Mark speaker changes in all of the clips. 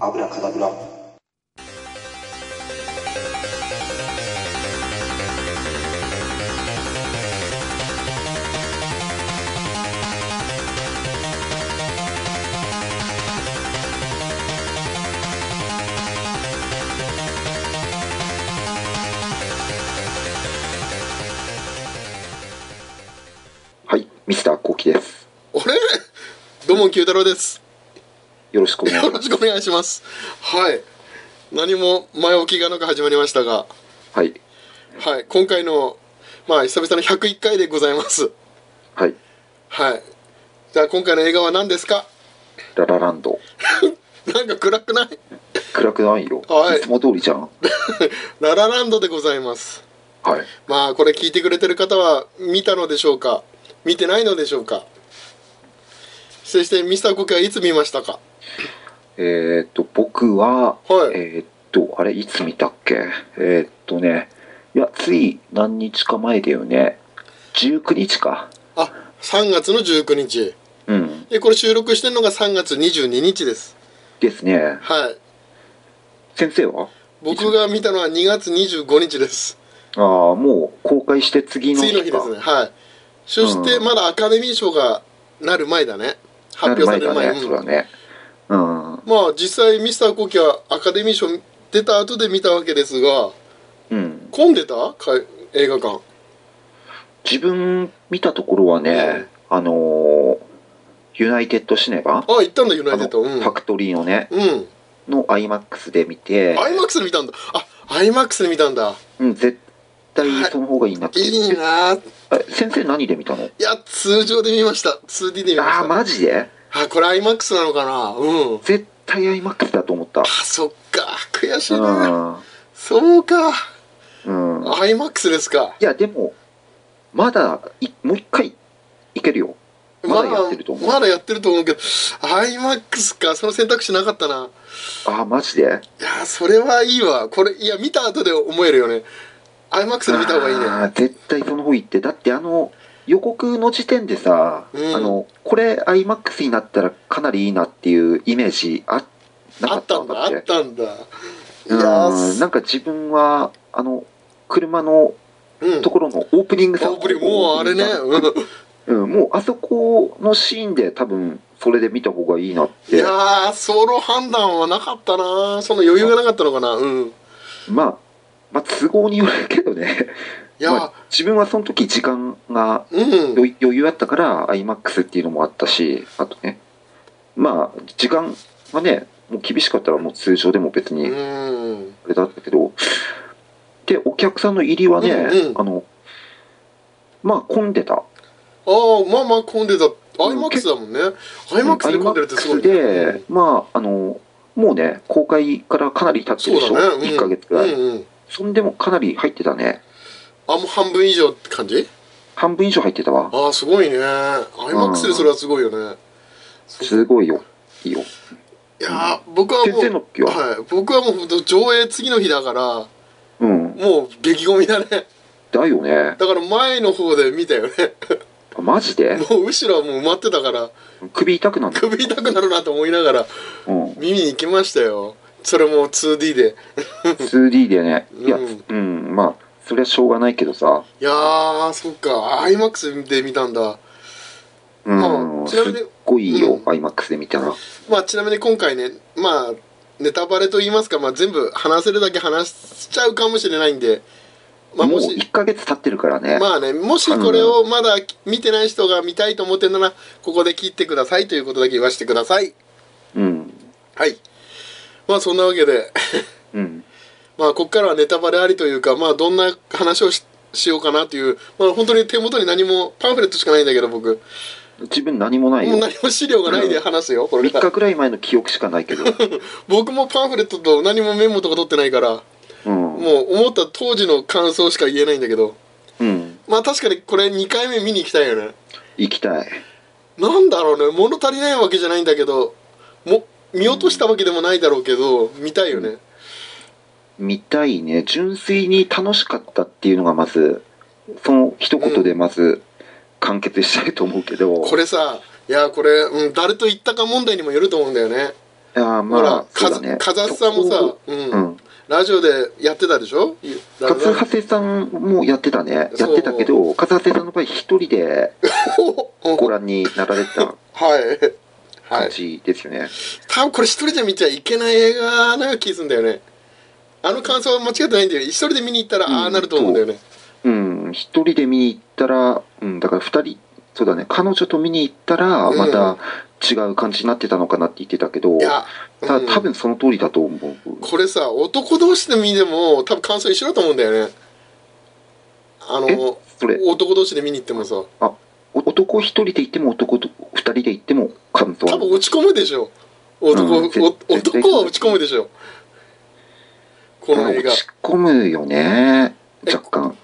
Speaker 1: アブラカダブラ
Speaker 2: はい、ミスターコウキです。
Speaker 3: 俺どうも九太郎です
Speaker 2: よろしくお願い
Speaker 3: よ
Speaker 2: しま
Speaker 3: ろ
Speaker 2: す。
Speaker 3: しくお願いしますはい何も前置きがなく始まりましたが
Speaker 2: はい、
Speaker 3: はい今回のまあ久々の101回でございます
Speaker 2: はい、
Speaker 3: はいじゃあ今回の映画は何ですか
Speaker 2: ララランド。
Speaker 3: なんか暗くない
Speaker 2: 暗くないよ。
Speaker 3: はい
Speaker 2: いつも通りじゃん。はい。
Speaker 3: ララランドでございますまあこれ聞いてくれてる方は見たのでしょうか見てないのでしょうかそしてミスターコケはいつ見ましたか
Speaker 2: えー、っと、僕は、
Speaker 3: はい
Speaker 2: えー、っと、あれ、いつ見たっけえー、っとね、いや、つい何日か前だよね。19日か。
Speaker 3: あ3月の19日
Speaker 2: うん。
Speaker 3: でこれ収録してるのが3月22日です
Speaker 2: ですね。
Speaker 3: はい
Speaker 2: 先生は
Speaker 3: 僕が見たのは2月25日です
Speaker 2: ああ、もう公開して次の
Speaker 3: 次
Speaker 2: 日
Speaker 3: の日
Speaker 2: か
Speaker 3: ですねはいそして
Speaker 2: うん
Speaker 3: まだアカデミー賞がなる前だね発
Speaker 2: な
Speaker 3: 表
Speaker 2: る
Speaker 3: さ
Speaker 2: 前
Speaker 3: れる前う
Speaker 2: だね、そ
Speaker 3: ん
Speaker 2: うだね。うん。
Speaker 3: まあ実際ミスターコキはアカデミー賞出た後で見たわけですが
Speaker 2: うん。
Speaker 3: 混んでたか映画館
Speaker 2: 自分見たところはね、あのーユナイテッドシネバ
Speaker 3: あ行ったんだユナ
Speaker 2: あ
Speaker 3: イテ
Speaker 2: の
Speaker 3: ッドうん
Speaker 2: ファクトリーのね、
Speaker 3: うん
Speaker 2: の IMAX で見て、
Speaker 3: アイマックスで見たんだあアイマックスで見たんだ
Speaker 2: うん、絶対その方がいいなって。
Speaker 3: いいなあい
Speaker 2: え先生何で見たの
Speaker 3: や通常で見ました 2D で見まし
Speaker 2: あ
Speaker 3: た
Speaker 2: あ、マジで
Speaker 3: あこれアイマックスなのかなうん
Speaker 2: 絶対 IMAX だと思った
Speaker 3: あ。そっか悔しいな
Speaker 2: う
Speaker 3: そうか
Speaker 2: ん。うん。
Speaker 3: アイマックスですか
Speaker 2: いや、でも、まだい、もう一回いけるよ。まだやってると思う
Speaker 3: まだやってると思うけど iMAX かその選択肢なかったな
Speaker 2: ああ、マジで
Speaker 3: いやーそれはいいわこれいや見た後で思えるよね iMAX で見た方がいいね
Speaker 2: あー絶対その方行って。だってあの、予告の時点でさ、
Speaker 3: うん
Speaker 2: あの、これ IMAX になったらかなりいいなっていうイメージあ、なか
Speaker 3: あっ
Speaker 2: っ
Speaker 3: たた
Speaker 2: ん
Speaker 3: ん
Speaker 2: だ
Speaker 3: だ
Speaker 2: っ
Speaker 3: あ
Speaker 2: て。
Speaker 3: ったんだいやー
Speaker 2: うんなんか自分はあの車の
Speaker 3: うん
Speaker 2: ところのオープニングさ
Speaker 3: オープニングもうあれね、うん
Speaker 2: うん、もうあそこのシーンで多分それで見た方がいいなっ
Speaker 3: い
Speaker 2: て
Speaker 3: やーその判断はなかったなその余裕がなかったのかなうん
Speaker 2: まあまあ都合によるけどね
Speaker 3: いやー、
Speaker 2: まあ自分はその時時間が
Speaker 3: うん
Speaker 2: 余余裕あったから iMAX っていうのもあったしあとねまあ時間がねもう厳しかったらもう通常でも別に
Speaker 3: うん
Speaker 2: あれだったけど、で、お客さんの入りはね、
Speaker 3: うんうん
Speaker 2: あの、まあ混んでた。
Speaker 3: ああまあまあ混んでた
Speaker 2: ん
Speaker 3: iMAX だもんね iMAX で混んでるってすごいね
Speaker 2: IMAX で、まあ、あの、もうね、公開からかなり経ってるでし
Speaker 3: そ
Speaker 2: ょ、
Speaker 3: うだねうん
Speaker 2: 1ヶ月く
Speaker 3: う
Speaker 2: らい。
Speaker 3: んうん
Speaker 2: そんでもかなり入ってたね。
Speaker 3: あもう半分以上って感じ
Speaker 2: 半分以上入ってたわ。
Speaker 3: ああすごいね IMAX でそれはすごいよね、
Speaker 2: すごいよ。いいよ。
Speaker 3: いやー僕は
Speaker 2: 先
Speaker 3: も
Speaker 2: 生の
Speaker 3: う、
Speaker 2: 時は、
Speaker 3: はい、僕はもうほんと上映次の日だから
Speaker 2: うん。
Speaker 3: もう激ゴミだね
Speaker 2: だよね。
Speaker 3: だから前の方で見たよね
Speaker 2: あマジで
Speaker 3: もう後ろはもう埋まってたから
Speaker 2: 首痛くなる。
Speaker 3: 首痛くなるなと思いながら
Speaker 2: うん。
Speaker 3: 耳に行きましたよそれも 2D で
Speaker 2: 2D でね。いや、う
Speaker 3: うん
Speaker 2: ん、まあ、それはしょうがないけどさ。
Speaker 3: いやーそっか IMAX で見たんだ
Speaker 2: うん。
Speaker 3: あち
Speaker 2: すっ
Speaker 3: なみに
Speaker 2: ごいいいよ、
Speaker 3: うん
Speaker 2: IMAX で見たら。
Speaker 3: まあちなみに今回ねまあネタバレと言いますか、まあ、全部話せるだけ話しちゃうかもしれないんでまあ
Speaker 2: も
Speaker 3: も
Speaker 2: う
Speaker 3: し
Speaker 2: 1ヶ月経ってるからね。
Speaker 3: まあね、もしこれをまだ見てない人が見たいと思ってるなら、ここで切ってくださいということだけ言わせてください。
Speaker 2: うん。
Speaker 3: はい。まあそんなわけで、
Speaker 2: うん。
Speaker 3: まあこっからはネタバレありというか、まあどんな話をししようかなという、まあ本当に手元に何も、パンフレットしかないんだけど僕、も
Speaker 2: 自分何もな
Speaker 3: う
Speaker 2: いよ。
Speaker 3: 何も資料がないで話すよ、これ
Speaker 2: 3
Speaker 3: から
Speaker 2: 日。くらい前の記憶しかな いけど。
Speaker 3: 僕もパンフレットと何もメモとか取ってないから、
Speaker 2: うん。
Speaker 3: もう思った当時の感想しか言えないんだけど、
Speaker 2: うん。
Speaker 3: まあ確かにこれ2回目見に行きたいよね。
Speaker 2: 行きたい。
Speaker 3: なんだろうね物足りないわけじゃないんだけども見落としたわけでもないだろうけど見たいよね
Speaker 2: 見たいね。純粋に楽しかったっていうのがまず、その一言でまず完結したいと思うけど。
Speaker 3: これさいやこれ、うん、誰と行ったか問題にもよると思うんだよね
Speaker 2: ああ
Speaker 3: ほ
Speaker 2: ま
Speaker 3: ら
Speaker 2: あそうだ
Speaker 3: か
Speaker 2: ね
Speaker 3: 風さんも
Speaker 2: そ
Speaker 3: さ
Speaker 2: こ、
Speaker 3: うん
Speaker 2: うん
Speaker 3: ラジオでやってたでしょラジ
Speaker 2: 勝
Speaker 3: オ
Speaker 2: 長さんもやってたね
Speaker 3: そ
Speaker 2: や
Speaker 3: う
Speaker 2: ってたけど勝長さんの場合一人 でご覧になられてた
Speaker 3: はいは
Speaker 2: 感
Speaker 3: い
Speaker 2: じですよね、
Speaker 3: 多分これ一人じゃ見ちゃいけない映画なような気がするんだよねあの感想は間違ってないんだよ一人で見に行ったら
Speaker 2: うん
Speaker 3: ああなると思うんだよね
Speaker 2: うん一人で見に行ったら、うん、だから二人そうだね彼女と見に行ったら
Speaker 3: うん
Speaker 2: また違う感じになってたのかなって言ってたけど、
Speaker 3: いや、
Speaker 2: た
Speaker 3: うん
Speaker 2: 多分その通りだと思う、
Speaker 3: これさ男同士で見ても多分感想一緒だと思うんだよねあ
Speaker 2: え
Speaker 3: の
Speaker 2: それ
Speaker 3: 男同士で見に行ってもさ
Speaker 2: お男一人で行っても男と二人で行っても感動
Speaker 3: 多分落ち込むでしょ男,お、
Speaker 2: うん絶絶対
Speaker 3: 男は落ち込むでしょこの映画
Speaker 2: 落ち込むよね若干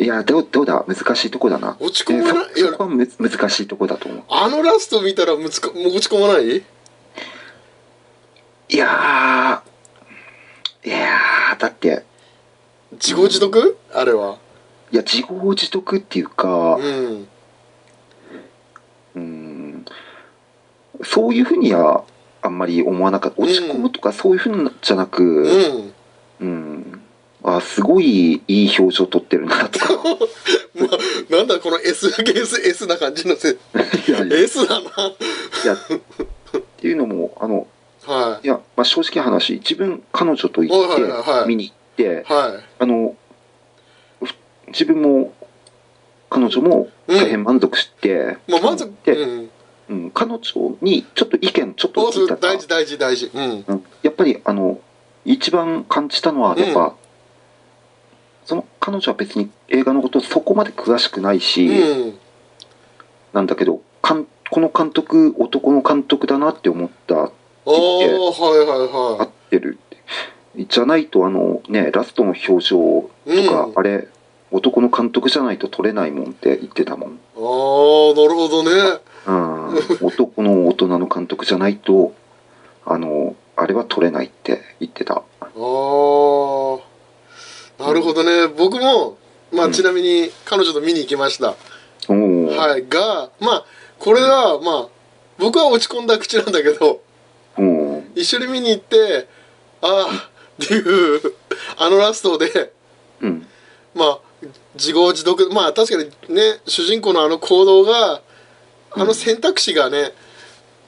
Speaker 2: いやどうどうだ難しいとこだな
Speaker 3: 落ち
Speaker 2: え
Speaker 3: 込まないい
Speaker 2: そそ
Speaker 3: や
Speaker 2: こはむ難しいとこだと思う
Speaker 3: あのラスト見たらむつかもう落ち込まない
Speaker 2: いやーいやーだって
Speaker 3: 自業自得あれはい
Speaker 2: や自業自得っていうか
Speaker 3: うん
Speaker 2: うーんそういうふうにはあんまり思わなかった
Speaker 3: うん
Speaker 2: 落ち込むとかそういうふうじゃな
Speaker 3: う
Speaker 2: く
Speaker 3: ん
Speaker 2: うん、あすごいいい表情撮ってるなとか
Speaker 3: まあなんだこの SSS な感じのせ
Speaker 2: いやいや
Speaker 3: S だな
Speaker 2: っていうのもあの
Speaker 3: はい
Speaker 2: いや、まあ、正直な話自分彼女と行っ
Speaker 3: はいはいはい
Speaker 2: て見に行って、
Speaker 3: は
Speaker 2: あのふ自分も彼女も大変満足して、
Speaker 3: いもう満足
Speaker 2: で
Speaker 3: うん
Speaker 2: うん彼女にちょっと意見ちょっと
Speaker 3: お
Speaker 2: 聞
Speaker 3: そ
Speaker 2: いうたら
Speaker 3: 大事大事大事うん
Speaker 2: うんやっぱりあの一番感じたのはやっぱ、その彼女は別に映画のことそこまで詳しくないし、
Speaker 3: うん
Speaker 2: なんだけどかんこの監督男の監督だなって思った
Speaker 3: ああはいはい
Speaker 2: 合
Speaker 3: は
Speaker 2: ってるってじゃないとあのねラストの表情
Speaker 3: いう
Speaker 2: と
Speaker 3: ん
Speaker 2: か、
Speaker 3: ああ
Speaker 2: あれ男の監督じゃないと撮れないもんって言ってたもん、
Speaker 3: ーなるほどね
Speaker 2: うん、男の大人の監督じゃないとあのあれは撮れないって言ってた
Speaker 3: ああなるほどね僕もまあ
Speaker 2: うん
Speaker 3: ちなみに彼女と見に行きました
Speaker 2: おお、
Speaker 3: はいがまあこれはまあ僕は落ち込んだ口なんだけど
Speaker 2: おお
Speaker 3: 一緒に見に行ってああっていうあのラストで
Speaker 2: うん
Speaker 3: まあ自業自得まあ確かにね主人公のあの行動があの選択肢がね、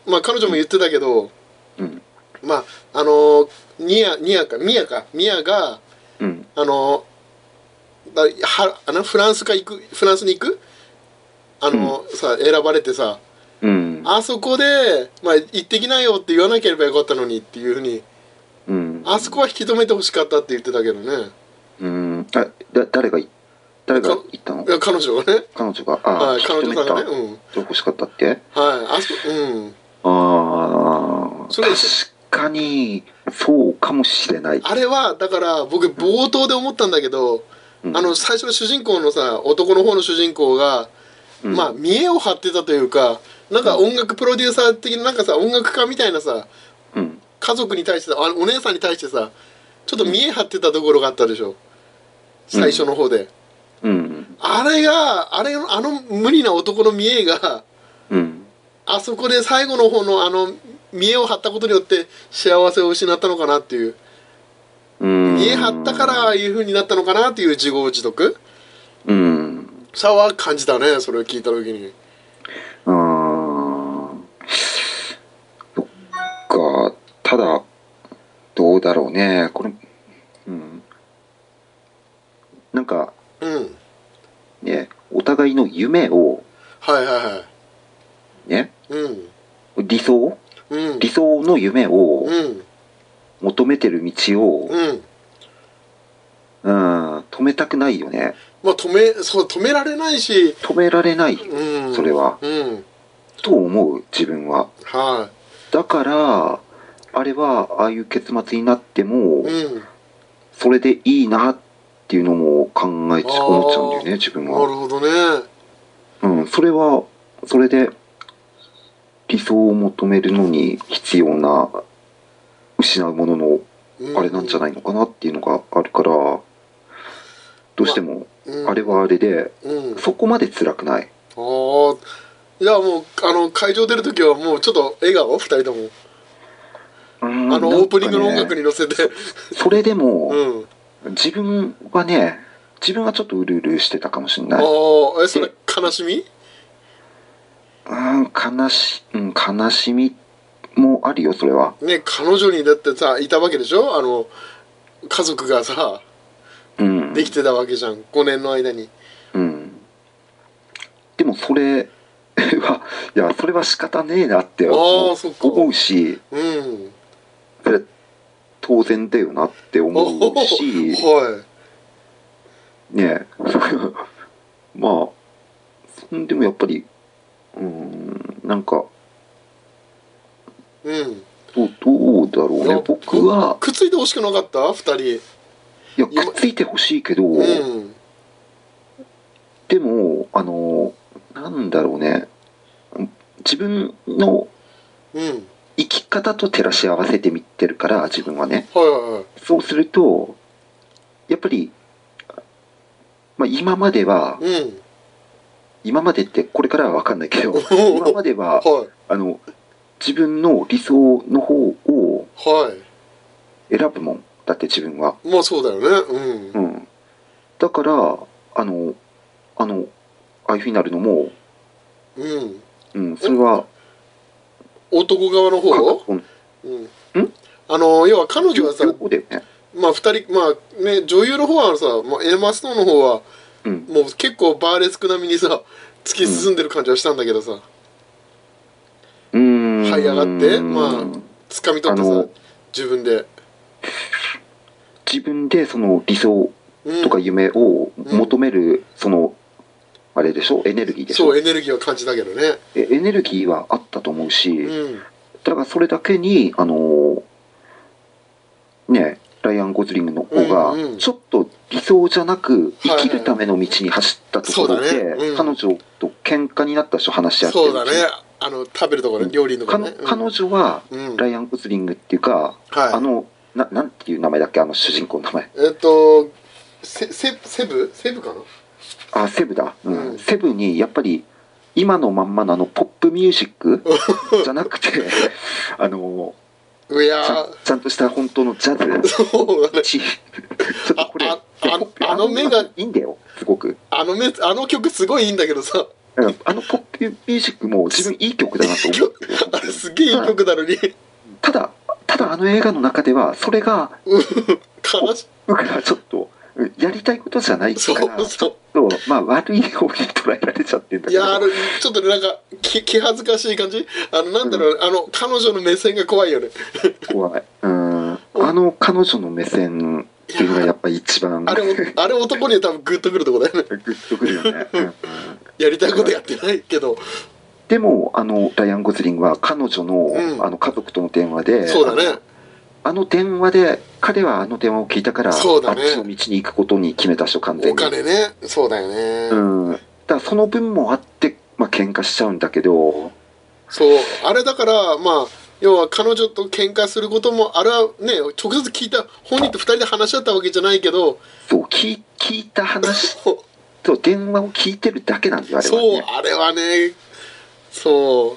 Speaker 3: まあ彼女も言ってたけど
Speaker 2: うん
Speaker 3: まああのニアニアかミヤかミヤが
Speaker 2: うん
Speaker 3: あのだはあのフランスか行くフランスに行くあの、さ選ばれてさ
Speaker 2: うん
Speaker 3: あそこで、まあ、行ってきなよって言わなければよかったのにっていうふうに
Speaker 2: うん
Speaker 3: あそこは引き止めてほしかったって言ってたけどね
Speaker 2: うんあだ誰がい誰が言ったの
Speaker 3: いや彼女がね、
Speaker 2: 彼女がああ、
Speaker 3: はい、彼女さんがね
Speaker 2: 引き止め
Speaker 3: うん
Speaker 2: た欲しかったって
Speaker 3: はいあそうん
Speaker 2: ああ
Speaker 3: それ
Speaker 2: 確かにそうかもしれない、
Speaker 3: あれはだから僕冒頭で思ったんだけど、
Speaker 2: うん
Speaker 3: あの最初の主人公のさ男の方の主人公が、
Speaker 2: うん
Speaker 3: まあ見栄を張ってたというかなんか音楽プロデューサー的ななんかさ音楽家みたいなさ
Speaker 2: うん
Speaker 3: 家族に対してあお姉さんに対してさちょっと見栄張ってたところがあったでしょ最初の方で、
Speaker 2: うん
Speaker 3: あれがあれのあの無理な男の見栄が
Speaker 2: うん
Speaker 3: あそこで最後の方のあの見栄を張ったことによって幸せを失ったのかなっていう
Speaker 2: うん
Speaker 3: 見栄張ったからああいう風になったのかなっていう自業自得
Speaker 2: うん
Speaker 3: さは感じたねそれを聞いた時に
Speaker 2: あーそっかただどうだろうねこれうんなんか
Speaker 3: うん
Speaker 2: ねお互いの夢を
Speaker 3: はいはいはい
Speaker 2: ね
Speaker 3: うん
Speaker 2: 理想
Speaker 3: うん
Speaker 2: 理想の夢を
Speaker 3: うん
Speaker 2: 求めてる道を、
Speaker 3: うん
Speaker 2: うん、止めたくないよね
Speaker 3: まあ止めそう止められないし
Speaker 2: 止められない
Speaker 3: うん
Speaker 2: それは
Speaker 3: うん
Speaker 2: と思う自分は
Speaker 3: は
Speaker 2: だからあれはああいう結末になっても
Speaker 3: いうんなる
Speaker 2: それでいいなっていうのも考えち
Speaker 3: あー
Speaker 2: 思っちゃうんだよね自分は、
Speaker 3: ほどね
Speaker 2: うん、それはそれで理想を求めるのに必要な失うものの
Speaker 3: う
Speaker 2: あれなんじゃないいのかなっていうのがあるからどうしてもあれ
Speaker 3: は
Speaker 2: はあれで
Speaker 3: うん
Speaker 2: そこまで辛くない
Speaker 3: ああいやもうあの会場出る時はもうちょっと笑顔二人とも
Speaker 2: うん
Speaker 3: あのオープニングの音楽
Speaker 2: なんかね
Speaker 3: に乗せて、
Speaker 2: それでも、
Speaker 3: うん
Speaker 2: 自分はね自分はちょっとうるうるしてたかもしれ
Speaker 3: あ
Speaker 2: ない
Speaker 3: あえそれ悲しみ
Speaker 2: うん悲し,、うん、悲しみもあるよそれは
Speaker 3: ね彼女にだってさいたわけでしょあの家族がさ
Speaker 2: うん
Speaker 3: できてたわけじゃん5年の間に
Speaker 2: うんでもそれはい やそれは仕方ねえなって
Speaker 3: あーそっか
Speaker 2: 思うし
Speaker 3: うん
Speaker 2: それ当然だよなって思うし
Speaker 3: は
Speaker 2: ねえ まあそんでもやっぱりうんなんか
Speaker 3: いうん
Speaker 2: どうどうだろう
Speaker 3: いや
Speaker 2: ね僕は
Speaker 3: くっついてほしくなかった2人
Speaker 2: いや
Speaker 3: 今
Speaker 2: くっついてほしいけど、
Speaker 3: うん
Speaker 2: でもあのなんだろうね自分の
Speaker 3: うん
Speaker 2: 生き方と照らし合わせてみてるから自分はね
Speaker 3: はいはいはい
Speaker 2: そうするとやっぱり、まあ、今までは
Speaker 3: うん
Speaker 2: 今までってこれからは分かんないけど今まで は
Speaker 3: はい
Speaker 2: あの自分の理想の方を
Speaker 3: は
Speaker 2: 選ぶもんだって自分は、
Speaker 3: いまあそうだよねうん
Speaker 2: うん、だからあのあのああいうふうになるのも、
Speaker 3: うん
Speaker 2: うん、それは
Speaker 3: 男側の
Speaker 2: か
Speaker 3: 方
Speaker 2: この
Speaker 3: うんあの要は彼女
Speaker 2: 両
Speaker 3: はさ
Speaker 2: 両方だよね、
Speaker 3: まあ2人まあね女優の方はさ、まあ、エマストーンの方は
Speaker 2: うん、
Speaker 3: もう結構バーレスク並みにさ突き進んでる感じはしたんだけどさ
Speaker 2: うーん
Speaker 3: 這い上がってま掴み取って
Speaker 2: あ
Speaker 3: さ
Speaker 2: の
Speaker 3: 自分で
Speaker 2: 自分でその理想
Speaker 3: うん
Speaker 2: とか夢を求めるそのあれでしょエネルギーでし
Speaker 3: そ
Speaker 2: ょ
Speaker 3: うエネルギーは感じたけどね
Speaker 2: えエネルギーはあったと思うし、
Speaker 3: うん
Speaker 2: だからそれだけにあのーねライアン・ゴズリングの方が
Speaker 3: うんうん
Speaker 2: ちょっと理想じゃなく
Speaker 3: はい
Speaker 2: 生
Speaker 3: はい
Speaker 2: きるための道に走ったところ
Speaker 3: そう
Speaker 2: で
Speaker 3: だねうん
Speaker 2: 彼女と喧嘩になったでしょ話し合ってる
Speaker 3: そうだねあの食べるところね料理のと
Speaker 2: か
Speaker 3: こ
Speaker 2: の
Speaker 3: ね
Speaker 2: 彼女は
Speaker 3: うん
Speaker 2: ライアン・ゴズリングっていうか、
Speaker 3: はい
Speaker 2: あのななんていう名前だっけあの主人公の名前
Speaker 3: えっとセセセブセブかな
Speaker 2: あセブだ、うん
Speaker 3: うん
Speaker 2: セブにやっぱり今のまんまのあのポップミュージッ クじゃなくてあの
Speaker 3: いや
Speaker 2: ちゃん
Speaker 3: ー
Speaker 2: ちゃんとした本当のジャズ
Speaker 3: そうだね
Speaker 2: ちちょっとこれ
Speaker 3: ああ
Speaker 2: いやポップ
Speaker 3: ああの目が
Speaker 2: あいいんだよすごく
Speaker 3: あのめあの曲すごいいいんだけどさ
Speaker 2: うんあのポップミュージックも自分いい曲だなと思ってる本
Speaker 3: あ
Speaker 2: 当
Speaker 3: れ
Speaker 2: に
Speaker 3: すげえいい曲なのに
Speaker 2: ただただあの映画の中ではそれが
Speaker 3: 悲し
Speaker 2: だからちょっとうんやりたいことじゃない
Speaker 3: い
Speaker 2: か
Speaker 3: そ
Speaker 2: ら
Speaker 3: う
Speaker 2: ちょ
Speaker 3: そ
Speaker 2: っとまあ悪い方に捉えられちゃってんだ
Speaker 3: うい
Speaker 2: けど
Speaker 3: やあのちょっとねなんかき気恥ずかしい感じあのなんだろう、あの彼女の目線が怖いよね
Speaker 2: 怖い。うん。あの彼女の目線っていうのがやっぱ一番
Speaker 3: あれおあれ男には多分グッとくるとこだよね
Speaker 2: グッとくるよね。うん
Speaker 3: やりたいことやってないけど
Speaker 2: でもあのライアン・ゴズリングは彼女の,、
Speaker 3: うん
Speaker 2: あの家族との電話で
Speaker 3: そうだね
Speaker 2: あの電話で彼はあの電話を聞いたから、
Speaker 3: そうだ
Speaker 2: あっ
Speaker 3: ね
Speaker 2: ちの道に行くことに決めた人完全
Speaker 3: お
Speaker 2: に。
Speaker 3: 金ねそうだよ
Speaker 2: う
Speaker 3: ね、
Speaker 2: ん。だからその分もあってまあ喧嘩しちゃうんだけど、
Speaker 3: そうあれだからまあ要は彼女と喧嘩することもあれはね直接聞いた本人と2人で話し合ったわけじゃないけど
Speaker 2: そう聞い聞いた話
Speaker 3: そ
Speaker 2: と電話を聞いてるだけなんだよあれは、ね。
Speaker 3: うあれはねそう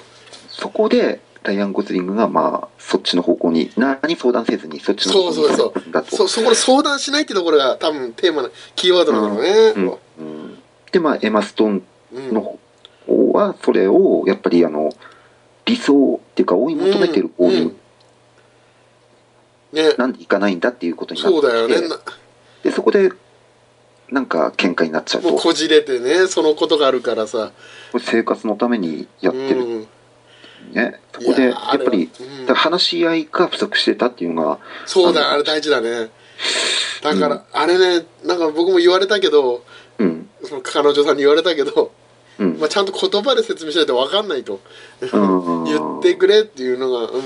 Speaker 2: そこで、ライアン・ゴズリングが、まあ、そっちの方向に、何相談せずに、そっちの方向に
Speaker 3: そうそう
Speaker 2: だと。
Speaker 3: そそこで相談しないってところが多分テーマのキーワードなんだろ
Speaker 2: うんうんで、まあ、エマ・ストーン
Speaker 3: うね、うん
Speaker 2: の方は、それを、やっぱり、あの、理想っていうか、追い求めてる方
Speaker 3: う
Speaker 2: に
Speaker 3: ん、ね
Speaker 2: なんでいかないんだっていうことになって
Speaker 3: そう
Speaker 2: き
Speaker 3: だよ
Speaker 2: て、
Speaker 3: ねな
Speaker 2: で、そこで、なんか、喧嘩になっちゃう
Speaker 3: もう
Speaker 2: と、
Speaker 3: こじれてねそのことがあるからさ
Speaker 2: 生活のためにやってる
Speaker 3: うん
Speaker 2: ね。そこで、
Speaker 3: い
Speaker 2: や
Speaker 3: やあ
Speaker 2: っ
Speaker 3: れは
Speaker 2: ぱり、
Speaker 3: うん
Speaker 2: だから話し合いが不足してたっていうのが、
Speaker 3: そうだあれ大事だねだから、あれねなんか僕も言われたけど
Speaker 2: うん、
Speaker 3: その彼女さんに言われたけど、
Speaker 2: うん
Speaker 3: まあ、ちゃんと言葉で説明しないと分かんないと
Speaker 2: うん
Speaker 3: 言ってくれっていうのがうん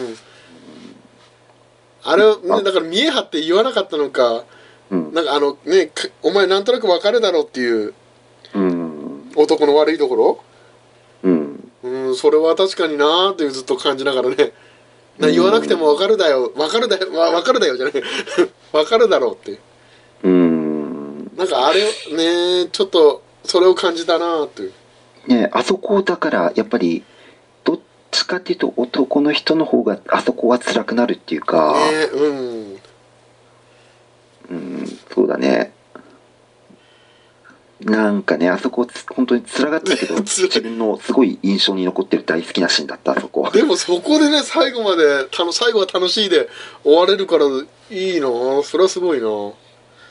Speaker 3: あれ、ね、だから見え張って言わなかったのか
Speaker 2: うん、
Speaker 3: なんかあのねかお前なんとなく分かるだろうっていう
Speaker 2: うん、
Speaker 3: 男の悪いところ
Speaker 2: うん。
Speaker 3: うんそれは確かになーってずっと感じながらねな言わなくても分かるだよ分かるだよわ分かるだよじゃない 分かるだろうって
Speaker 2: うーん
Speaker 3: なんかあれをねーちょっとそれを感じたなーっていう
Speaker 2: ねあそこだからやっぱりどっちかっていうと男の人の方があそこは辛くなるっていうか、
Speaker 3: ねうん
Speaker 2: うんそうだねなんかねあそこつ本当につらかったけど
Speaker 3: 辛い
Speaker 2: 自分のすごい印象に残ってる大好きなシーンだったあそこは
Speaker 3: でもそこでね最後までたの最後は楽しいで終われるからいいなそれはすごいない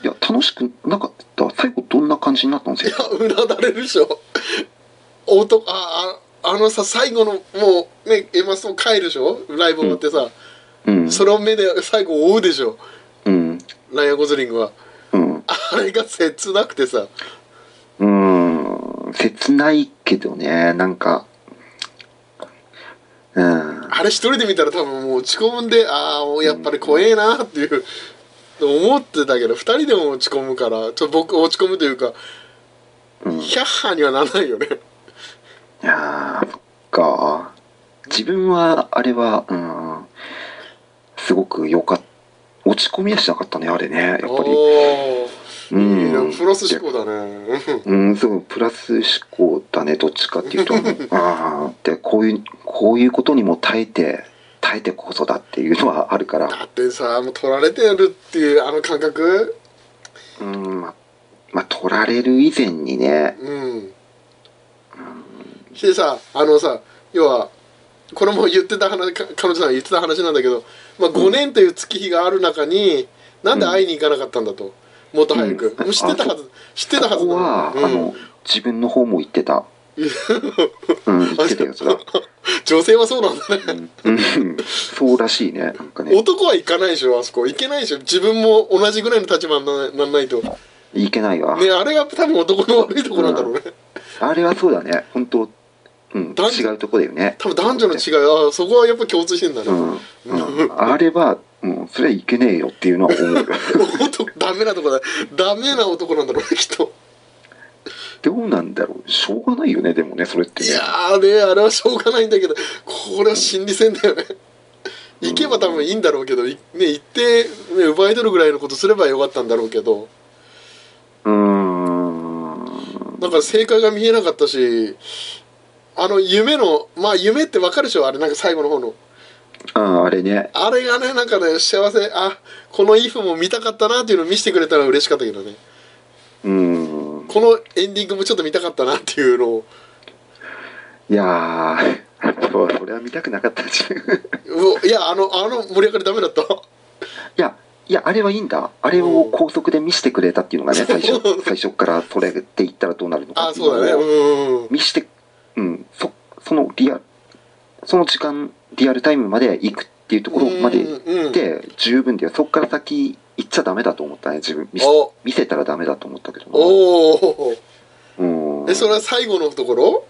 Speaker 2: や楽しくなかった最後どんな感じになったんです か
Speaker 3: いやうなだれるでしょ男あああのさ最後のもうねエマスも帰るでしょライブ終わってさ、
Speaker 2: うん
Speaker 3: それを目で最後追うでしょ
Speaker 2: うん
Speaker 3: ライアン・ゴズリングは
Speaker 2: うん
Speaker 3: あれが切なくてさ
Speaker 2: うん切ないけどねなんかうん
Speaker 3: あれ一人で見たら多分もう落ち込んでああやっぱり怖えなっていう思ってたけど二人でも落ち込むからちょっと僕落ち込むというか
Speaker 2: うん
Speaker 3: ヒャッハーにはならないよね
Speaker 2: いやーそっか自分はあれはうんすごく良かった落ち込みはしなかったねあれねやっぱ
Speaker 3: お
Speaker 2: り
Speaker 3: おーいい
Speaker 2: うん
Speaker 3: なプラス思考だね
Speaker 2: うんすごいプラス思考だねどっちかってい うとああでこういうこういうことにも耐えて耐えてこそだっていうのはあるから
Speaker 3: だってさもう取られてるっていうあの感覚
Speaker 2: うんままあ取られる以前にね
Speaker 3: うんしてさあのさ要はこれも言ってた話か彼女さんが言ってた話なんだけど、まあ、5年という月日がある中になんで会いに行かなかったんだともっと早く、
Speaker 2: うん
Speaker 3: もう知ってたはず知ってたは
Speaker 2: こ
Speaker 3: ず
Speaker 2: こは、
Speaker 3: だ
Speaker 2: あの自分の方も言ってたうん言ってたよそら、
Speaker 3: 女性はそうなんだね
Speaker 2: うんうん、そうらしいねなんかね
Speaker 3: 男は行かないでしょあそこ行けないでしょ自分も同じぐらいの立場にななんないとね
Speaker 2: いけないわ、
Speaker 3: あれが多分男の悪いところなんだろうね、
Speaker 2: あれはそうだね本当うん
Speaker 3: 男
Speaker 2: 違うとこだよね
Speaker 3: 多分男女の違いああそこはやっぱ共通してんだね、
Speaker 2: うん、うん、あれは、うん、それはいけねえよっていうのは 思う
Speaker 3: 男ダメなとこだダメな男なんだろうねきっと
Speaker 2: どうなんだろうしょうがないよねでもねそれって
Speaker 3: い
Speaker 2: ね
Speaker 3: やーねあれはしょうがないんだけどこれは心理戦だよね行けば多分いいんだろうけどいね行って、ね、奪い取るぐらいのことすればよかったんだろうけど
Speaker 2: うーん
Speaker 3: だから正解が見えなかったしあの夢のまあ夢ってわかるでしょあれなんか最後の方の
Speaker 2: ああれね
Speaker 3: あれがねなんかね幸せあこのイフも見たかったなっていうのを見せてくれたら嬉しかったけどね
Speaker 2: うーん
Speaker 3: このエンディングもちょっと見たかったなっていうのを
Speaker 2: いやーそうそれは見たくなかったしい
Speaker 3: お
Speaker 2: う
Speaker 3: いやあのあの盛り上がりダメだった
Speaker 2: や いやあれはいいんだあれを高速で見せてくれたっていうのがね最 初最初からそれって言ったらどうなるのか
Speaker 3: あ
Speaker 2: っていのを
Speaker 3: そうだねうんうん
Speaker 2: 見して、うん、そそのリアその時間リアルタイムまで行くっていうところまで行
Speaker 3: 行
Speaker 2: って十分だよそこから先行っちゃダメだと思ったね自分見せ
Speaker 3: お
Speaker 2: 見せたらダメだと思ったけどな
Speaker 3: おお
Speaker 2: うん
Speaker 3: えそれは最後のところ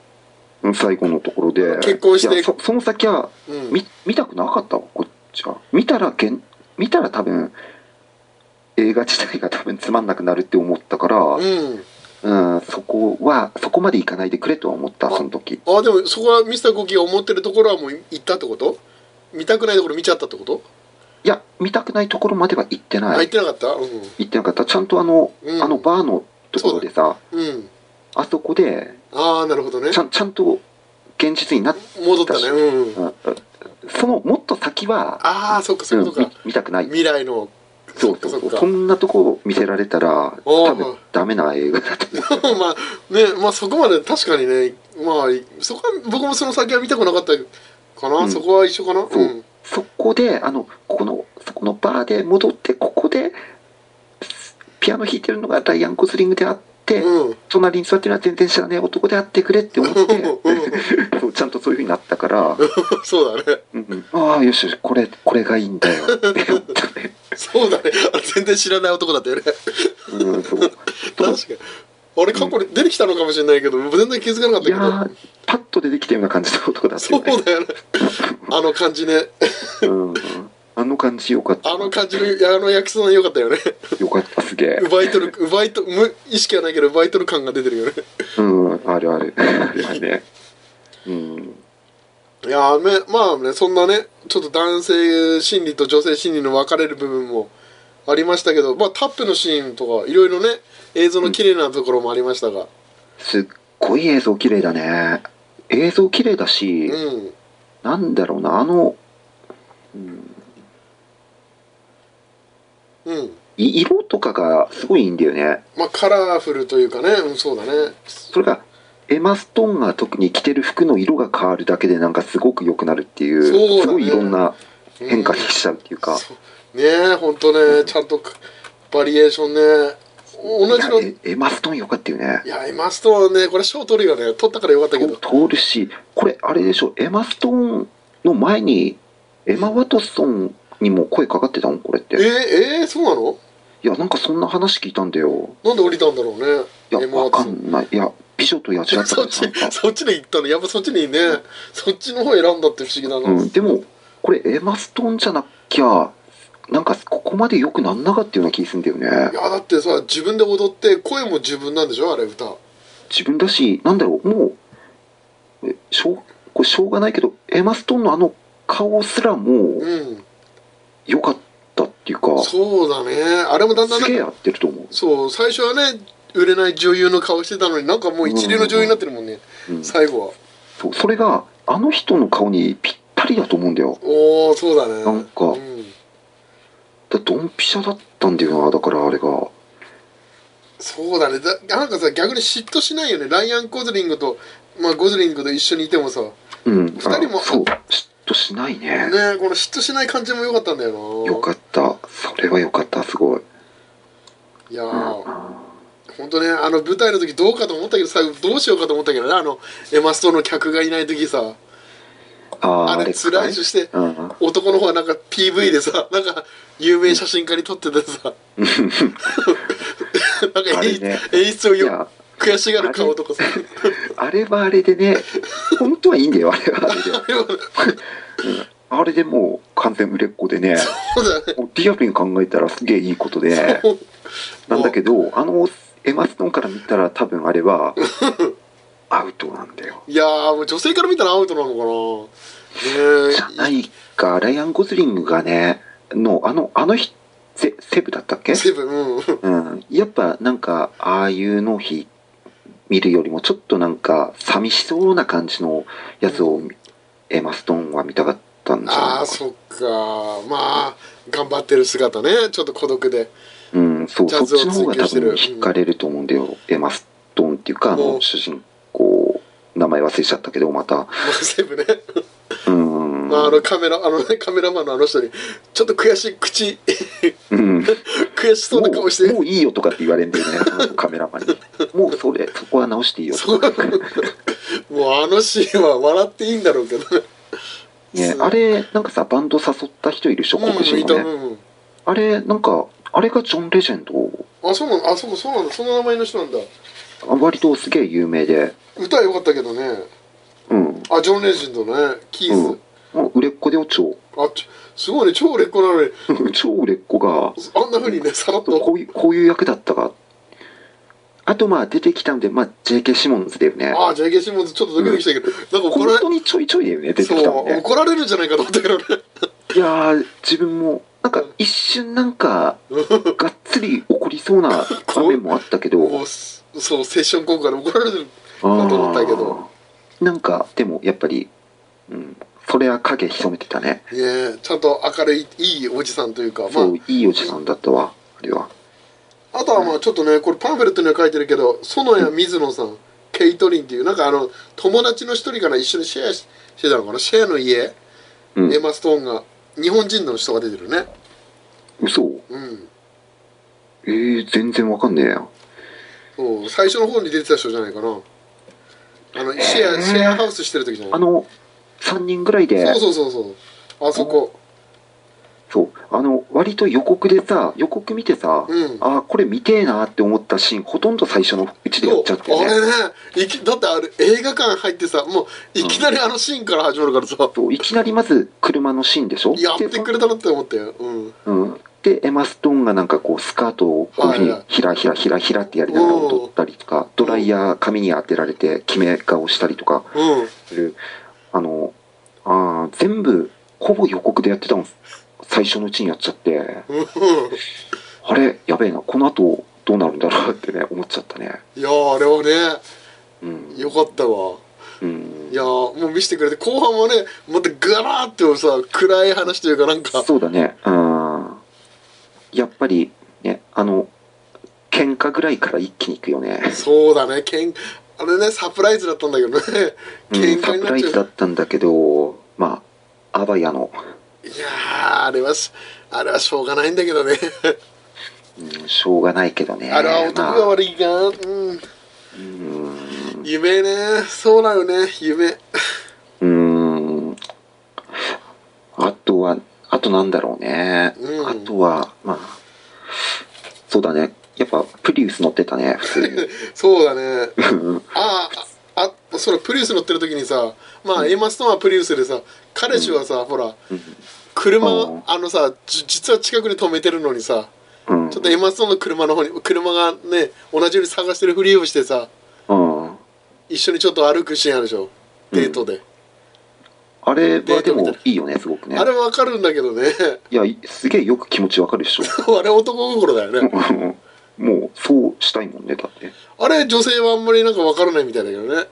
Speaker 2: うん最後のところで
Speaker 3: 結婚して
Speaker 2: いやそその先は
Speaker 3: うん
Speaker 2: 見見たくなかったわこっちは見たらげん見たら多分映画自体が多分つまんなくなるって思ったから、
Speaker 3: うん
Speaker 2: うん、そこはそこまで行かないでくれとは思ったその時
Speaker 3: あでもそこはミスターコキが思ってるところはもう行ったってこと見たくないところ見ちゃったってこと
Speaker 2: いや見たくないところまでは行ってない
Speaker 3: あ行ってなかったうん
Speaker 2: 行ってなかったちゃんとあの,、
Speaker 3: うん
Speaker 2: あのバーのところでさ
Speaker 3: うん
Speaker 2: あそこで
Speaker 3: ああなるほどね
Speaker 2: ちゃんちゃんと現実になっ
Speaker 3: 戻ったねうん
Speaker 2: うんそのもっと先は、
Speaker 3: ああそっかそう
Speaker 2: う
Speaker 3: い
Speaker 2: ん
Speaker 3: うことか
Speaker 2: み見たくない
Speaker 3: 未来の
Speaker 2: そ
Speaker 3: そっ
Speaker 2: う
Speaker 3: か
Speaker 2: そ
Speaker 3: そ
Speaker 2: うそう
Speaker 3: っか
Speaker 2: そんなとこを見せられたら
Speaker 3: おー
Speaker 2: 多分ダメな映画だと思 う
Speaker 3: まあねまあそこまで確かにねまあそこは僕もその先は見たくなかったかな、
Speaker 2: うん
Speaker 3: そこは一緒かな
Speaker 2: そう
Speaker 3: うん
Speaker 2: そこであのここのそこのバーで戻ってここでピアノ弾いてるのがライアン・コスリングであっ
Speaker 3: うん
Speaker 2: て、隣に座ってるのは全然知らねえ男であってくれって思って そうちゃんとそういうふうになったから
Speaker 3: そうだね
Speaker 2: うんああよしよしこれこれがいいんだよって思ったね、
Speaker 3: そうだねあれ全然知らない男だったよね
Speaker 2: うん、そう
Speaker 3: 確かに俺過去に出てきたのかもしれないけど全然気づかなかっ
Speaker 2: いや
Speaker 3: た
Speaker 2: ーパッと出てきたような感じの男だった
Speaker 3: けど
Speaker 2: よね
Speaker 3: そうだよねあの感じね
Speaker 2: うん、あの感じよかった
Speaker 3: あの感じのあの役者さんよかったよね
Speaker 2: よかったすげえ
Speaker 3: 奪い取る奪い取無意識はないけど奪い取る感が出てるよね
Speaker 2: うんあるあるあれはねうん
Speaker 3: いやーめまあねそんなねちょっと男性心理と女性心理の分かれる部分もありましたけど、まあ、タップのシーンとかいろいろね映像の綺麗なところもありましたが
Speaker 2: すっごい映像綺麗だね映像綺麗だし、
Speaker 3: うん
Speaker 2: なんだろうな、あの、うん、
Speaker 3: うん
Speaker 2: い色とかがすごいいいんだよね。
Speaker 3: まあカラフルというかね、うん、そうだね
Speaker 2: それが、エマ・ストーンが特に着てる服の色が変わるだけでなんかすごく良くなるっていう、
Speaker 3: そうだね
Speaker 2: すごいいろんな変化にしちゃうっていうか、
Speaker 3: そうねえほんとねちゃんとかバリエーションね同
Speaker 2: い
Speaker 3: じ
Speaker 2: や
Speaker 3: のい
Speaker 2: えエマ・ストーン良かったよね。
Speaker 3: やエマストはねこれ賞取るよね取ったからよかったけど
Speaker 2: と通るし、これあれでしょ、エマ・ストーンの前に、エマ・ワトソンにも声かかってたのこれっ
Speaker 3: え
Speaker 2: て。
Speaker 3: えーそうなの
Speaker 2: いや、なんかそんな話聞いたんだよ。
Speaker 3: なんで降りたんだろうね
Speaker 2: いや、
Speaker 3: エマ
Speaker 2: わか
Speaker 3: ワトソン
Speaker 2: んない。いや、美女と野獣だった
Speaker 3: そ
Speaker 2: か
Speaker 3: っ
Speaker 2: ら
Speaker 3: ち
Speaker 2: さなんか。
Speaker 3: そっちで行ったのやっぱそっちにねそっちの方選んだって不思議だな
Speaker 2: うん、でも、これエマ・ストーンじゃなきゃ、なんかここまで良くなんなかったような気するんだよ
Speaker 3: い
Speaker 2: ね。
Speaker 3: やだってさ自分で踊って声も自分なんでしょあれ歌
Speaker 2: 自分だし、なんだろう、もう、えしょう、これしょうがないけど、エマ・ストーンのあの顔すらも
Speaker 3: うん
Speaker 2: 良かったっていうか、
Speaker 3: そうだねあれもだんだん
Speaker 2: す
Speaker 3: なん
Speaker 2: げえ
Speaker 3: か
Speaker 2: 合ってると思う。
Speaker 3: そう最初はね売れない女優の顔してたのになんかもう一流の女優になってるもんね
Speaker 2: うん
Speaker 3: 最後は
Speaker 2: そうそれがあの人の顔にぴったりだと思うんだよ
Speaker 3: おおそうだね
Speaker 2: なんか
Speaker 3: うん
Speaker 2: だドンピシャだったんだよなだからあれが
Speaker 3: そうだねだなんかさ逆に嫉妬しないよねライアン・ゴズリングと、まあ、ゴズリングと一緒にいてもさね
Speaker 2: うん二
Speaker 3: 人も
Speaker 2: そう嫉妬しないね
Speaker 3: この嫉妬しない感じも良かったんだよな
Speaker 2: よかったそれはよかったすごい
Speaker 3: いやー本当ねあの舞台の時どうかと思ったけど最後どうしようかと思ったけどねあのエマストの客がいない時さ
Speaker 2: ああ
Speaker 3: あ
Speaker 2: あ
Speaker 3: れ
Speaker 2: れ
Speaker 3: スライスして
Speaker 2: うん
Speaker 3: 男の方はなんか PV でさなんか有名写真家に撮ってて さなんか演
Speaker 2: あれ
Speaker 3: 出,、
Speaker 2: ね
Speaker 3: 演出を
Speaker 2: い
Speaker 3: よ
Speaker 2: や
Speaker 3: 悔しがる顔とかさ
Speaker 2: あれはあれでね本当はいいんだよあれはあ れであれでもう完全売れっ子でね
Speaker 3: そうだね
Speaker 2: もうリアルに考えたらすげえいいことでなんだけどあのエマストーンから見たら多分あ れはアウトなんだよ
Speaker 3: いやーもう女性から見たらアウトなの
Speaker 2: じ
Speaker 3: か
Speaker 2: ゃ
Speaker 3: なね
Speaker 2: ないか、ライアン・ゴズリングがね、の、あの、あの日、セセブだったっけ
Speaker 3: えセブンうん
Speaker 2: うん。やっぱなんか、ああいうの日見るよりも、ちょっとなんか、寂しそうな感じのやつを、エマ・ストーンは見たかったんじゃ
Speaker 3: あ
Speaker 2: な
Speaker 3: あ
Speaker 2: いか
Speaker 3: そっかまあ頑張ってる姿ねちょっと孤独で
Speaker 2: うん、そう、
Speaker 3: ジ
Speaker 2: そ
Speaker 3: ャ
Speaker 2: っ
Speaker 3: ズを
Speaker 2: ちの方が
Speaker 3: 追求
Speaker 2: 多
Speaker 3: してる
Speaker 2: 分惹かれると思うんだよ。エマ・ストーンっていうか、あ
Speaker 3: も
Speaker 2: の、
Speaker 3: う
Speaker 2: 主人公、名前忘れちゃったけど、また。
Speaker 3: まあセブンね
Speaker 2: うん。
Speaker 3: まあ、あのカメラあのねカメラマンのあの人にちょっと悔しい口
Speaker 2: うん。
Speaker 3: 悔しそうな顔して
Speaker 2: もうもういいよとかって言われるんだよね、そのカメラ マンに。もうそれ、そこは直していいよとか
Speaker 3: そうもうあのシーンは笑っていいんだろうけどね
Speaker 2: ね、あれなんかさバンド誘った人いるでしょ
Speaker 3: う
Speaker 2: 黒
Speaker 3: んい
Speaker 2: 人
Speaker 3: た
Speaker 2: のね、
Speaker 3: うん
Speaker 2: あれなんかあれがジョン・レジェンド
Speaker 3: あそうなんあそうそうなんだその名前の人なんだ
Speaker 2: あ割とすげえ有名で
Speaker 3: 歌は良かったけどね
Speaker 2: うん
Speaker 3: あジョン・レジェンドねキー
Speaker 2: う
Speaker 3: ズ、
Speaker 2: んもう売れっ子でよ超
Speaker 3: あちょすごいね超売れっ子なのに
Speaker 2: 超売れっ子が
Speaker 3: あんなふうにねさらっと
Speaker 2: こういうこういう役だったかあとまあ出てきたんで、まあ、JK シモンズだよね
Speaker 3: ああ JK シモンズちょっとドキドキしたけど、なんか怒ら
Speaker 2: 本
Speaker 3: れ
Speaker 2: 当にちょいちょいだよね出てきた
Speaker 3: そ
Speaker 2: ん
Speaker 3: う
Speaker 2: で
Speaker 3: 怒られるんじゃないかと思ったけどね
Speaker 2: いやー自分もなんか一瞬なんか がっつり怒りそうな場面もあったけど
Speaker 3: もうすそうセッション効果で怒られてる
Speaker 2: あ
Speaker 3: だと思ったけど
Speaker 2: ーなんかでもやっぱり、うん、それは影潜めてたね、
Speaker 3: ねえちゃんと明るいいいおじさんというかま
Speaker 2: そういいおじさんだったわあれは
Speaker 3: ああとはまあちょっとねこれパンフレットには書いてるけど園谷水野さんケイトリンっていうなんかあの友達の一人から一緒にシェアししてたのかなシェアの家、
Speaker 2: うん
Speaker 3: エマ・ストーンが日本人の人が出てるね
Speaker 2: 嘘
Speaker 3: うん
Speaker 2: えー、全然わかんねえや
Speaker 3: そう最初の方に出てた人じゃないかなあのシェア、
Speaker 2: えー
Speaker 3: シェアハウスしてる時じゃな
Speaker 2: あ
Speaker 3: い
Speaker 2: の3人ぐらいで
Speaker 3: そうそうそうそうあそこ
Speaker 2: そうあの割と予告でさ予告見てさ、
Speaker 3: うん
Speaker 2: あーこれ見てえなって思ったシーンほとんど最初のうちでやっちゃって
Speaker 3: あ
Speaker 2: ね
Speaker 3: れねいきだってあれ映画館入ってさもういきなりあのシーンから始まるからさ、
Speaker 2: そういきなりまず車のシーンでしょ
Speaker 3: やって
Speaker 2: で
Speaker 3: くれたなって思ったよ、うん、
Speaker 2: うん、でエマ・ストーンがなんかこうスカートをこういうふう
Speaker 3: はい
Speaker 2: にひらひらひらひらってやりながら踊ったりとかドライヤー髪に当てられて決め顔したりとか
Speaker 3: うん、
Speaker 2: するあのあー全部ほぼ予告でやってたんです最初のうちにやっちゃって
Speaker 3: うん、
Speaker 2: あれやべえなこの後どうなるんだろうってね思っちゃったね
Speaker 3: いやーあれはね
Speaker 2: うん、
Speaker 3: よかったわ
Speaker 2: うん、
Speaker 3: いやーもう見せてくれて後半はねまたガラーってもさ暗い話というかなんか
Speaker 2: そうだねうんやっぱりねあの喧嘩ぐらいから一気にいくよね
Speaker 3: そうだねけんあれねサプライズだったんだけどね
Speaker 2: うん
Speaker 3: 喧
Speaker 2: サ
Speaker 3: 嘩に
Speaker 2: プ
Speaker 3: な
Speaker 2: ラ
Speaker 3: っ
Speaker 2: イ
Speaker 3: ちゃ
Speaker 2: ズ
Speaker 3: う
Speaker 2: だったんだけどまああばやの、
Speaker 3: いやーあれはしあれはしょうがないんだけどね
Speaker 2: うん、しょうがないけどね
Speaker 3: あれは男が悪いが、うん
Speaker 2: ま
Speaker 3: 夢ねそうなよね夢
Speaker 2: あうんうんあとはあとなんだろうね、
Speaker 3: うん
Speaker 2: あとはまあそうだねやっぱプリウス乗ってたね普 通に
Speaker 3: そうだね
Speaker 2: うん
Speaker 3: あああそのプリウス乗ってる時にさまあエマストーンはプリウスでさ彼氏はさ、ほら車
Speaker 2: うん
Speaker 3: をあのさじ実は近くに止めてるのにさ
Speaker 2: うん
Speaker 3: ちょっとエマストーンの車の方に車がね同じように探してるフリーをしてさ
Speaker 2: うん
Speaker 3: 一緒にちょっと歩くシーンあるでしょデートで、
Speaker 2: あれはで
Speaker 3: デートみたい
Speaker 2: も
Speaker 3: ない
Speaker 2: いよねすごくね
Speaker 3: あれわかるんだけどね
Speaker 2: いやいすげえよく気持ちわかるでしょ
Speaker 3: あれ男心だよね
Speaker 2: うんもうそうしたいもんねだって
Speaker 3: あれ女性はあんまりなんかわからないみたいだけどね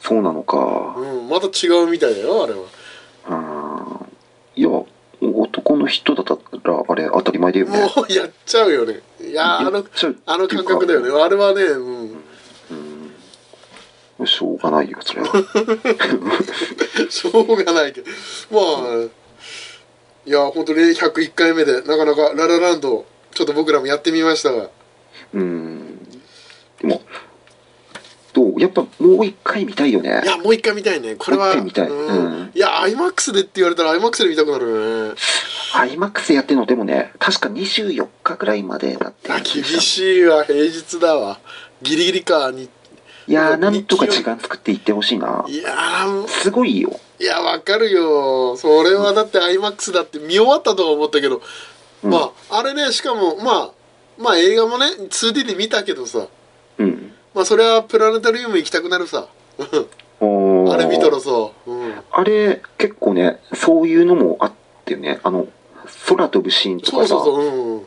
Speaker 2: そうなのか
Speaker 3: うんまた違うみたいだよあれは
Speaker 2: うんいや男の人だったらあれ当たり前だよね
Speaker 3: もうやっちゃうよねいやーあ
Speaker 2: や
Speaker 3: の
Speaker 2: っちゃう
Speaker 3: あの感覚だよねあれはねうん
Speaker 2: しょうがないよそれは
Speaker 3: しょうがないけどまあいや本当に101回目でなかなか「ララランド」ちょっと僕らもやってみましたが
Speaker 2: うんでもどうやっぱもう一回見たいよね
Speaker 3: いやもう一回見たいねこれは
Speaker 2: もう一回見たい
Speaker 3: うん
Speaker 2: うん
Speaker 3: いや IMAX でって言われたら IMAX で見たくなるよね
Speaker 2: アイマックスやってるのでもね確か24日ぐらいまでだって
Speaker 3: あ厳しいわ平日だわギリギリかに
Speaker 2: いやーなんとか時間作っていってほしいない
Speaker 3: やー
Speaker 2: すごいよ
Speaker 3: いやわかるよそれはだって IMAX だって見終わったとは思ったけど、
Speaker 2: うん
Speaker 3: まああれねしかもまあまあ映画もね 2D で見たけどさ
Speaker 2: うん
Speaker 3: まあそれはプラネタリウム行きたくなるさ
Speaker 2: おー
Speaker 3: あれ見たらさ、うん、
Speaker 2: あれ結構ねそういうのもあってねあの空飛ぶシーンとか
Speaker 3: そう
Speaker 2: さ
Speaker 3: そうそううんうん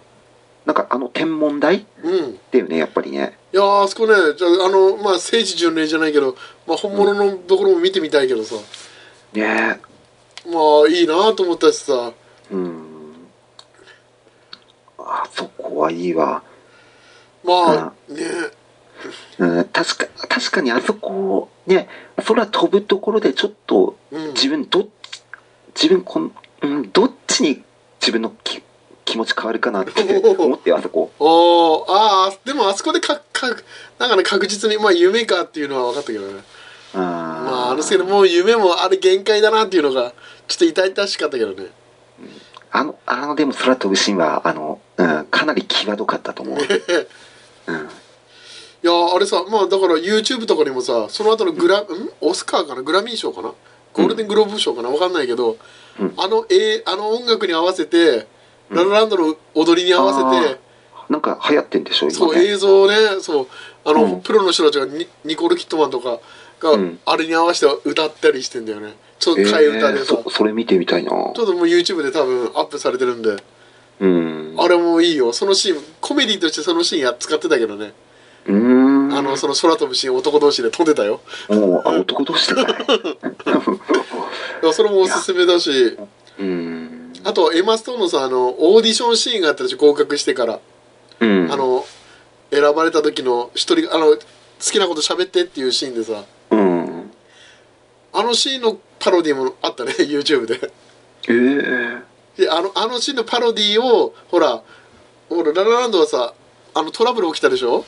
Speaker 2: なんかあの天文台
Speaker 3: うんい
Speaker 2: だよねやっぱりね
Speaker 3: やーあそこねじゃああのまあ聖地巡礼じゃないけど、まあ、本物のところも見てみたいけどさ、
Speaker 2: ね
Speaker 3: まあいいなと思ったしさ
Speaker 2: えうんあそこはいいわ
Speaker 3: まあ、ね
Speaker 2: うん、確か確かにあそこね空飛ぶところでちょっと
Speaker 3: うん
Speaker 2: 自分どっ自分こん、うん、どっちに自分のき気持ち変わるかな って思ってあそこ
Speaker 3: おーあーでもあそこでかかなんかね確実にまあ夢かっていうのは分かったけどね
Speaker 2: うん
Speaker 3: まああのせいでもう夢もあれ限界だなっていうのがちょっと痛々しかったけどね
Speaker 2: あのあのでも空飛ぶシーンはあの、うん、かなり際どかったと思う、うん、
Speaker 3: いやーあれさまあだから YouTube とかにもさその後のグラ、ん、オスカーかなグラミー賞かなゴールデングローブ賞かなわかんないけど、
Speaker 2: うん
Speaker 3: あのえーあの音楽に合わせて、
Speaker 2: うん
Speaker 3: ララランドの踊りに合わせて、
Speaker 2: なんか流行ってんでしょ
Speaker 3: そう
Speaker 2: 今ね
Speaker 3: 映像をねそうあの、
Speaker 2: うん
Speaker 3: プロの人たちがニニコール・キットマンとかが、
Speaker 2: うん
Speaker 3: あれに合わせて歌ったりしてんだよねちょっと
Speaker 2: え
Speaker 3: 替え歌で
Speaker 2: ー
Speaker 3: さ、
Speaker 2: そそれ見てみたいな
Speaker 3: ちょっともう YouTube で多分アップされてるんで、
Speaker 2: うん
Speaker 3: あれもいいよそのシーンコメディとしてそのシーンや使ってたけどね、
Speaker 2: うーん
Speaker 3: あのその空飛ぶシーン男同士で飛んでたよ
Speaker 2: もうあ男同士だから ね
Speaker 3: いやそれもおすすめだし
Speaker 2: うん
Speaker 3: あとエマ・ストーンのさあのオーディションシーンがあったでしょ合格してから、
Speaker 2: うん
Speaker 3: あの選ばれた時の一人あの好きなこと喋ってっていうシーンでさ
Speaker 2: うん
Speaker 3: あのシーンのパロディもあったね YouTube で
Speaker 2: ええー、
Speaker 3: であのあのシーンのパロディをほらほらララランドはさあのトラブル起きたでしょ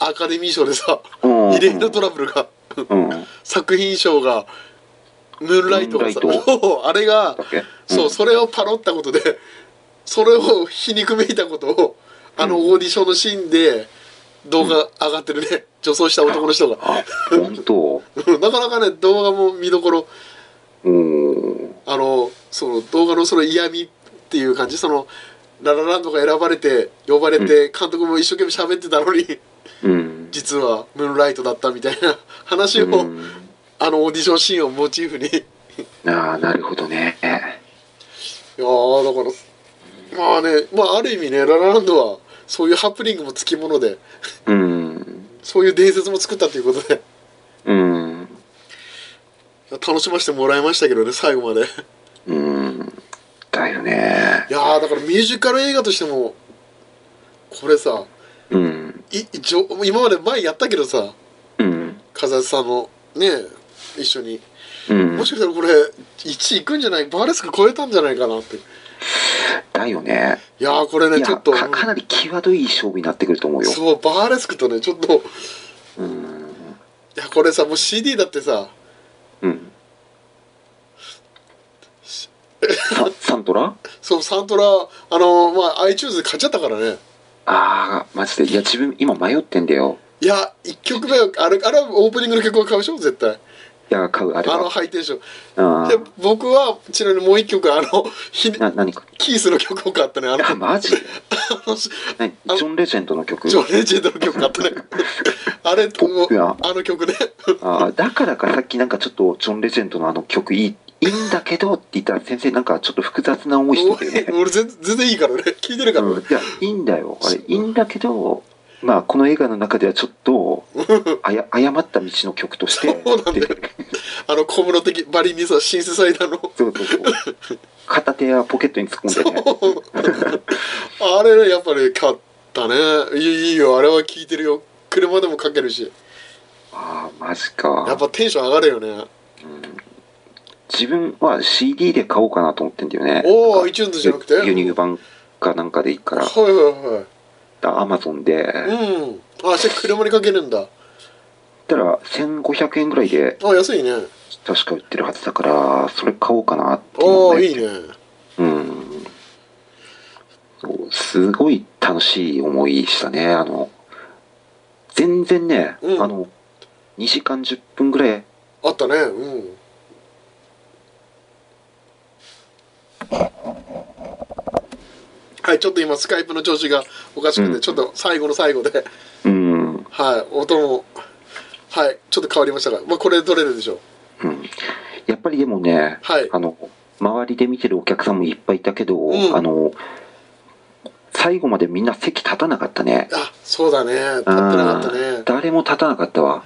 Speaker 3: アカデミー賞でさ
Speaker 2: うん
Speaker 3: 異例のトラブルが
Speaker 2: うんだっ
Speaker 3: 作品賞がムーンライトがさ
Speaker 2: ムーンラ イ
Speaker 3: あれが
Speaker 2: け
Speaker 3: そう、
Speaker 2: ん
Speaker 3: それをパロったことでそれを皮肉めいたことをあのオーディションのシーンで動画上がってるね、女装した男の人が
Speaker 2: あ本当お
Speaker 3: なかなかね動画も見どころ
Speaker 2: ー
Speaker 3: あのその動画のその嫌味っていう感じそのララランドが選ばれて呼ばれて、監督も一生懸命喋ってたのに
Speaker 2: うん
Speaker 3: 実はムーンライトだったみたいな話を、
Speaker 2: うん
Speaker 3: あのオーディションシーンをモチーフに
Speaker 2: ああなるほどね
Speaker 3: いやーだからまあねまあある意味ねララランドはそういうハプニングもつきもので
Speaker 2: うん
Speaker 3: そういう伝説も作ったということで
Speaker 2: うん
Speaker 3: 楽しませてもらいましたけどね最後まで
Speaker 2: うんだよね
Speaker 3: いやーだからミュージカル映画としてもこれさ
Speaker 2: うん
Speaker 3: い一応今まで前やったけどさ
Speaker 2: うん
Speaker 3: 風立さんのね一緒に
Speaker 2: うん
Speaker 3: もしかしたらこれ1いくんじゃないバーレスク超えたんじゃないかなってい
Speaker 2: だよね
Speaker 3: やーこれ
Speaker 2: い
Speaker 3: ね
Speaker 2: や
Speaker 3: ちょっと
Speaker 2: かかなり際どい勝負になってくると思うよ
Speaker 3: そうバーレスクとねちょっとい
Speaker 2: うん
Speaker 3: やこれさもう CD だってさ
Speaker 2: うんササントラ
Speaker 3: そうサントラあのまあ iTunes で買っちゃったからね
Speaker 2: ああマジでいや自分今迷ってんだよ
Speaker 3: いや1曲 目はあれあれはオープニングの曲は買うでしょ絶対
Speaker 2: いや買うあれ
Speaker 3: あの
Speaker 2: は
Speaker 3: ハイテンション
Speaker 2: あ
Speaker 3: で僕はちなみにもう一曲あのひね
Speaker 2: な何か
Speaker 3: キースの曲を買ったねあの
Speaker 2: あ
Speaker 3: あ
Speaker 2: マジで
Speaker 3: のジ
Speaker 2: 何ジョン・レジェンドの曲
Speaker 3: ョン・レジェンドの曲買ったねあれ
Speaker 2: ポップや
Speaker 3: あの曲ね
Speaker 2: あーだからかさっきなんかちょっとジョン・レジェンドのあの曲いいいいんだけどって言ったら先生なんかちょっと複雑な思いしてたよね、
Speaker 3: 俺全全然いいからね聞いてるから
Speaker 2: うん、
Speaker 3: ね
Speaker 2: いやいいんだよあれいいんだけどまあこの映画の中ではちょっとあや誤った道の曲として
Speaker 3: そうなんだよ
Speaker 2: って
Speaker 3: あの小室的バリにさシンセサイダーの
Speaker 2: そうそうそう片手はポケットに突っ込んでね
Speaker 3: あれねやっぱり買ったねいいいいよあれは聞いてるよ車でもかけるし
Speaker 2: ああマジ
Speaker 3: やっ
Speaker 2: か
Speaker 3: ぱテンション上がるよね
Speaker 2: 自分は CD で買おうかなと思ってんだよね
Speaker 3: おお iTunes じゃなくては
Speaker 2: 輸
Speaker 3: い
Speaker 2: 入版かなんかでいいから
Speaker 3: は
Speaker 2: アマゾンで
Speaker 3: いはいうんあそれ車にかけるんだ
Speaker 2: たら1500円ぐらいで
Speaker 3: あ安いね
Speaker 2: 確か売ってるはずだからそれ買おうかなっ
Speaker 3: あ
Speaker 2: てう、
Speaker 3: あ
Speaker 2: ね、
Speaker 3: いいね
Speaker 2: うんそうすごい楽しい思いしたねあの全然ね、
Speaker 3: うん
Speaker 2: あの2時間10分ぐらい
Speaker 3: あったねうんはいちょっと今スカイプの調子がおかしくて、
Speaker 2: うん
Speaker 3: ちょっと最後の最後で
Speaker 2: うん、うん、
Speaker 3: はい音もはいちょっと変わりましたが、まあ、これ取れるでしょう
Speaker 2: やっぱりでもね、
Speaker 3: はい
Speaker 2: あの周りで見てるお客さんもいっぱいいたけど、
Speaker 3: うん
Speaker 2: あの最後までみんな席立たなかったね
Speaker 3: あそうだね立ってなかった
Speaker 2: うん
Speaker 3: ね
Speaker 2: 誰も立たなかったわ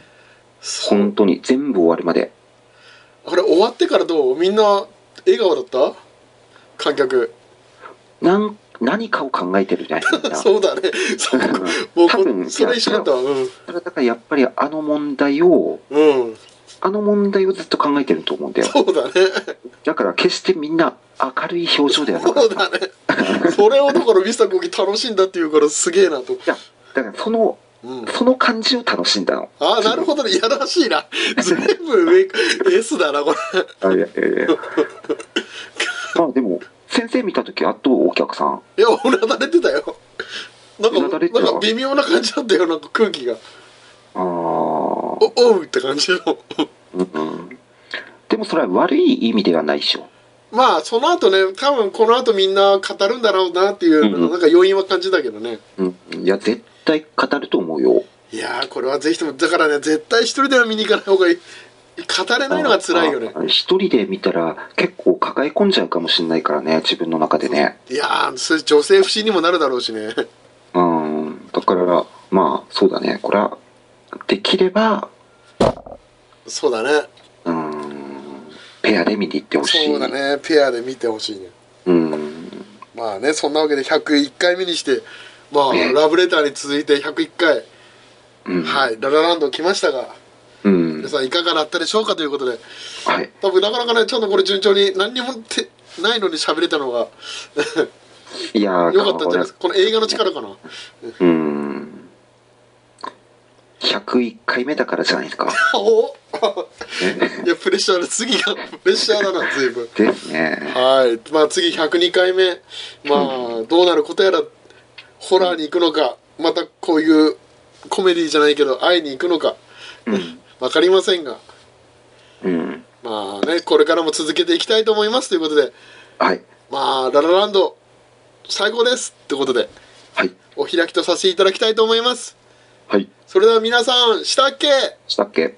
Speaker 3: そう
Speaker 2: 本当に全部終わるまで
Speaker 3: あれ終わってからどうみんな笑顔だった観客
Speaker 2: なん何かを考えてるねみん な
Speaker 3: そうだねそう
Speaker 2: 多分
Speaker 3: 僕それ一緒だったわうん
Speaker 2: だからやっぱりあの問題を
Speaker 3: うん
Speaker 2: あの問題をずっと考えてると思うんだよ
Speaker 3: そうだね
Speaker 2: だから決してみんな明るい表情ではなか
Speaker 3: そ
Speaker 2: っ
Speaker 3: う
Speaker 2: たい
Speaker 3: だねそれをだからミスターコーキ楽しんだっていうからすげえなと
Speaker 2: やだからその
Speaker 3: うん
Speaker 2: その感じを楽しんだの
Speaker 3: ああ なるほどねいやらしいな全部上 S だなこれ
Speaker 2: あいやいやいや まあでも先生見た時あとお客さん
Speaker 3: いや俺は慣れてたよなん
Speaker 2: うな
Speaker 3: か
Speaker 2: だれてた
Speaker 3: なんか微妙な感じだったよなんか空気が
Speaker 2: あー
Speaker 3: おおうって感じの
Speaker 2: うんうんでもそれは悪い意味ではないでしょ
Speaker 3: まあその後ね多分この後みんな語るんだろうなっていう、
Speaker 2: うんうん
Speaker 3: なんか要因は感じたけどね
Speaker 2: うん、いや絶対語ると思うよ
Speaker 3: いやーこれはぜひともだからね絶対一人では見に行かない方がいい語れないのが辛いよね
Speaker 2: ああ一人で見たら結構抱え込んじゃうかもしれないからね自分の中でね
Speaker 3: いやーそれ女性不信にもなるだろうしね
Speaker 2: うんだからまあそうだねこれはできれば
Speaker 3: そうだね
Speaker 2: うんペアで見に行ってほしい
Speaker 3: そうだねペアで見てほしいね
Speaker 2: うん
Speaker 3: まあねそんなわけで101回目にしてまあ
Speaker 2: ね
Speaker 3: ラブレターに続いて101回、
Speaker 2: うん
Speaker 3: はいララランド来ましたが
Speaker 2: うん
Speaker 3: 皆さんいかがだったでしょうかということで
Speaker 2: はい
Speaker 3: 多分なかなかねちゃんとこれ順調に何にもてないのに喋れたのが
Speaker 2: いやー
Speaker 3: よかったんじゃないですかこの映画の力かな
Speaker 2: うん101回目だからじゃないですか
Speaker 3: お
Speaker 2: ね
Speaker 3: いやプレッシャーだ次がプレッシャーだな随分
Speaker 2: ですね
Speaker 3: はいまあ次102回目まあどうなることやらホラーに行くのかまたこういうコメディじゃないけど愛に行くのか
Speaker 2: うん
Speaker 3: 分かりませんが
Speaker 2: うん
Speaker 3: まあねこれからも続けていきたいと思いますということで
Speaker 2: はい
Speaker 3: まあララランド最高ですってことで
Speaker 2: はい
Speaker 3: お開きとさせていただきたいと思います
Speaker 2: はい
Speaker 3: それでは皆さんしたっけ
Speaker 2: したっけ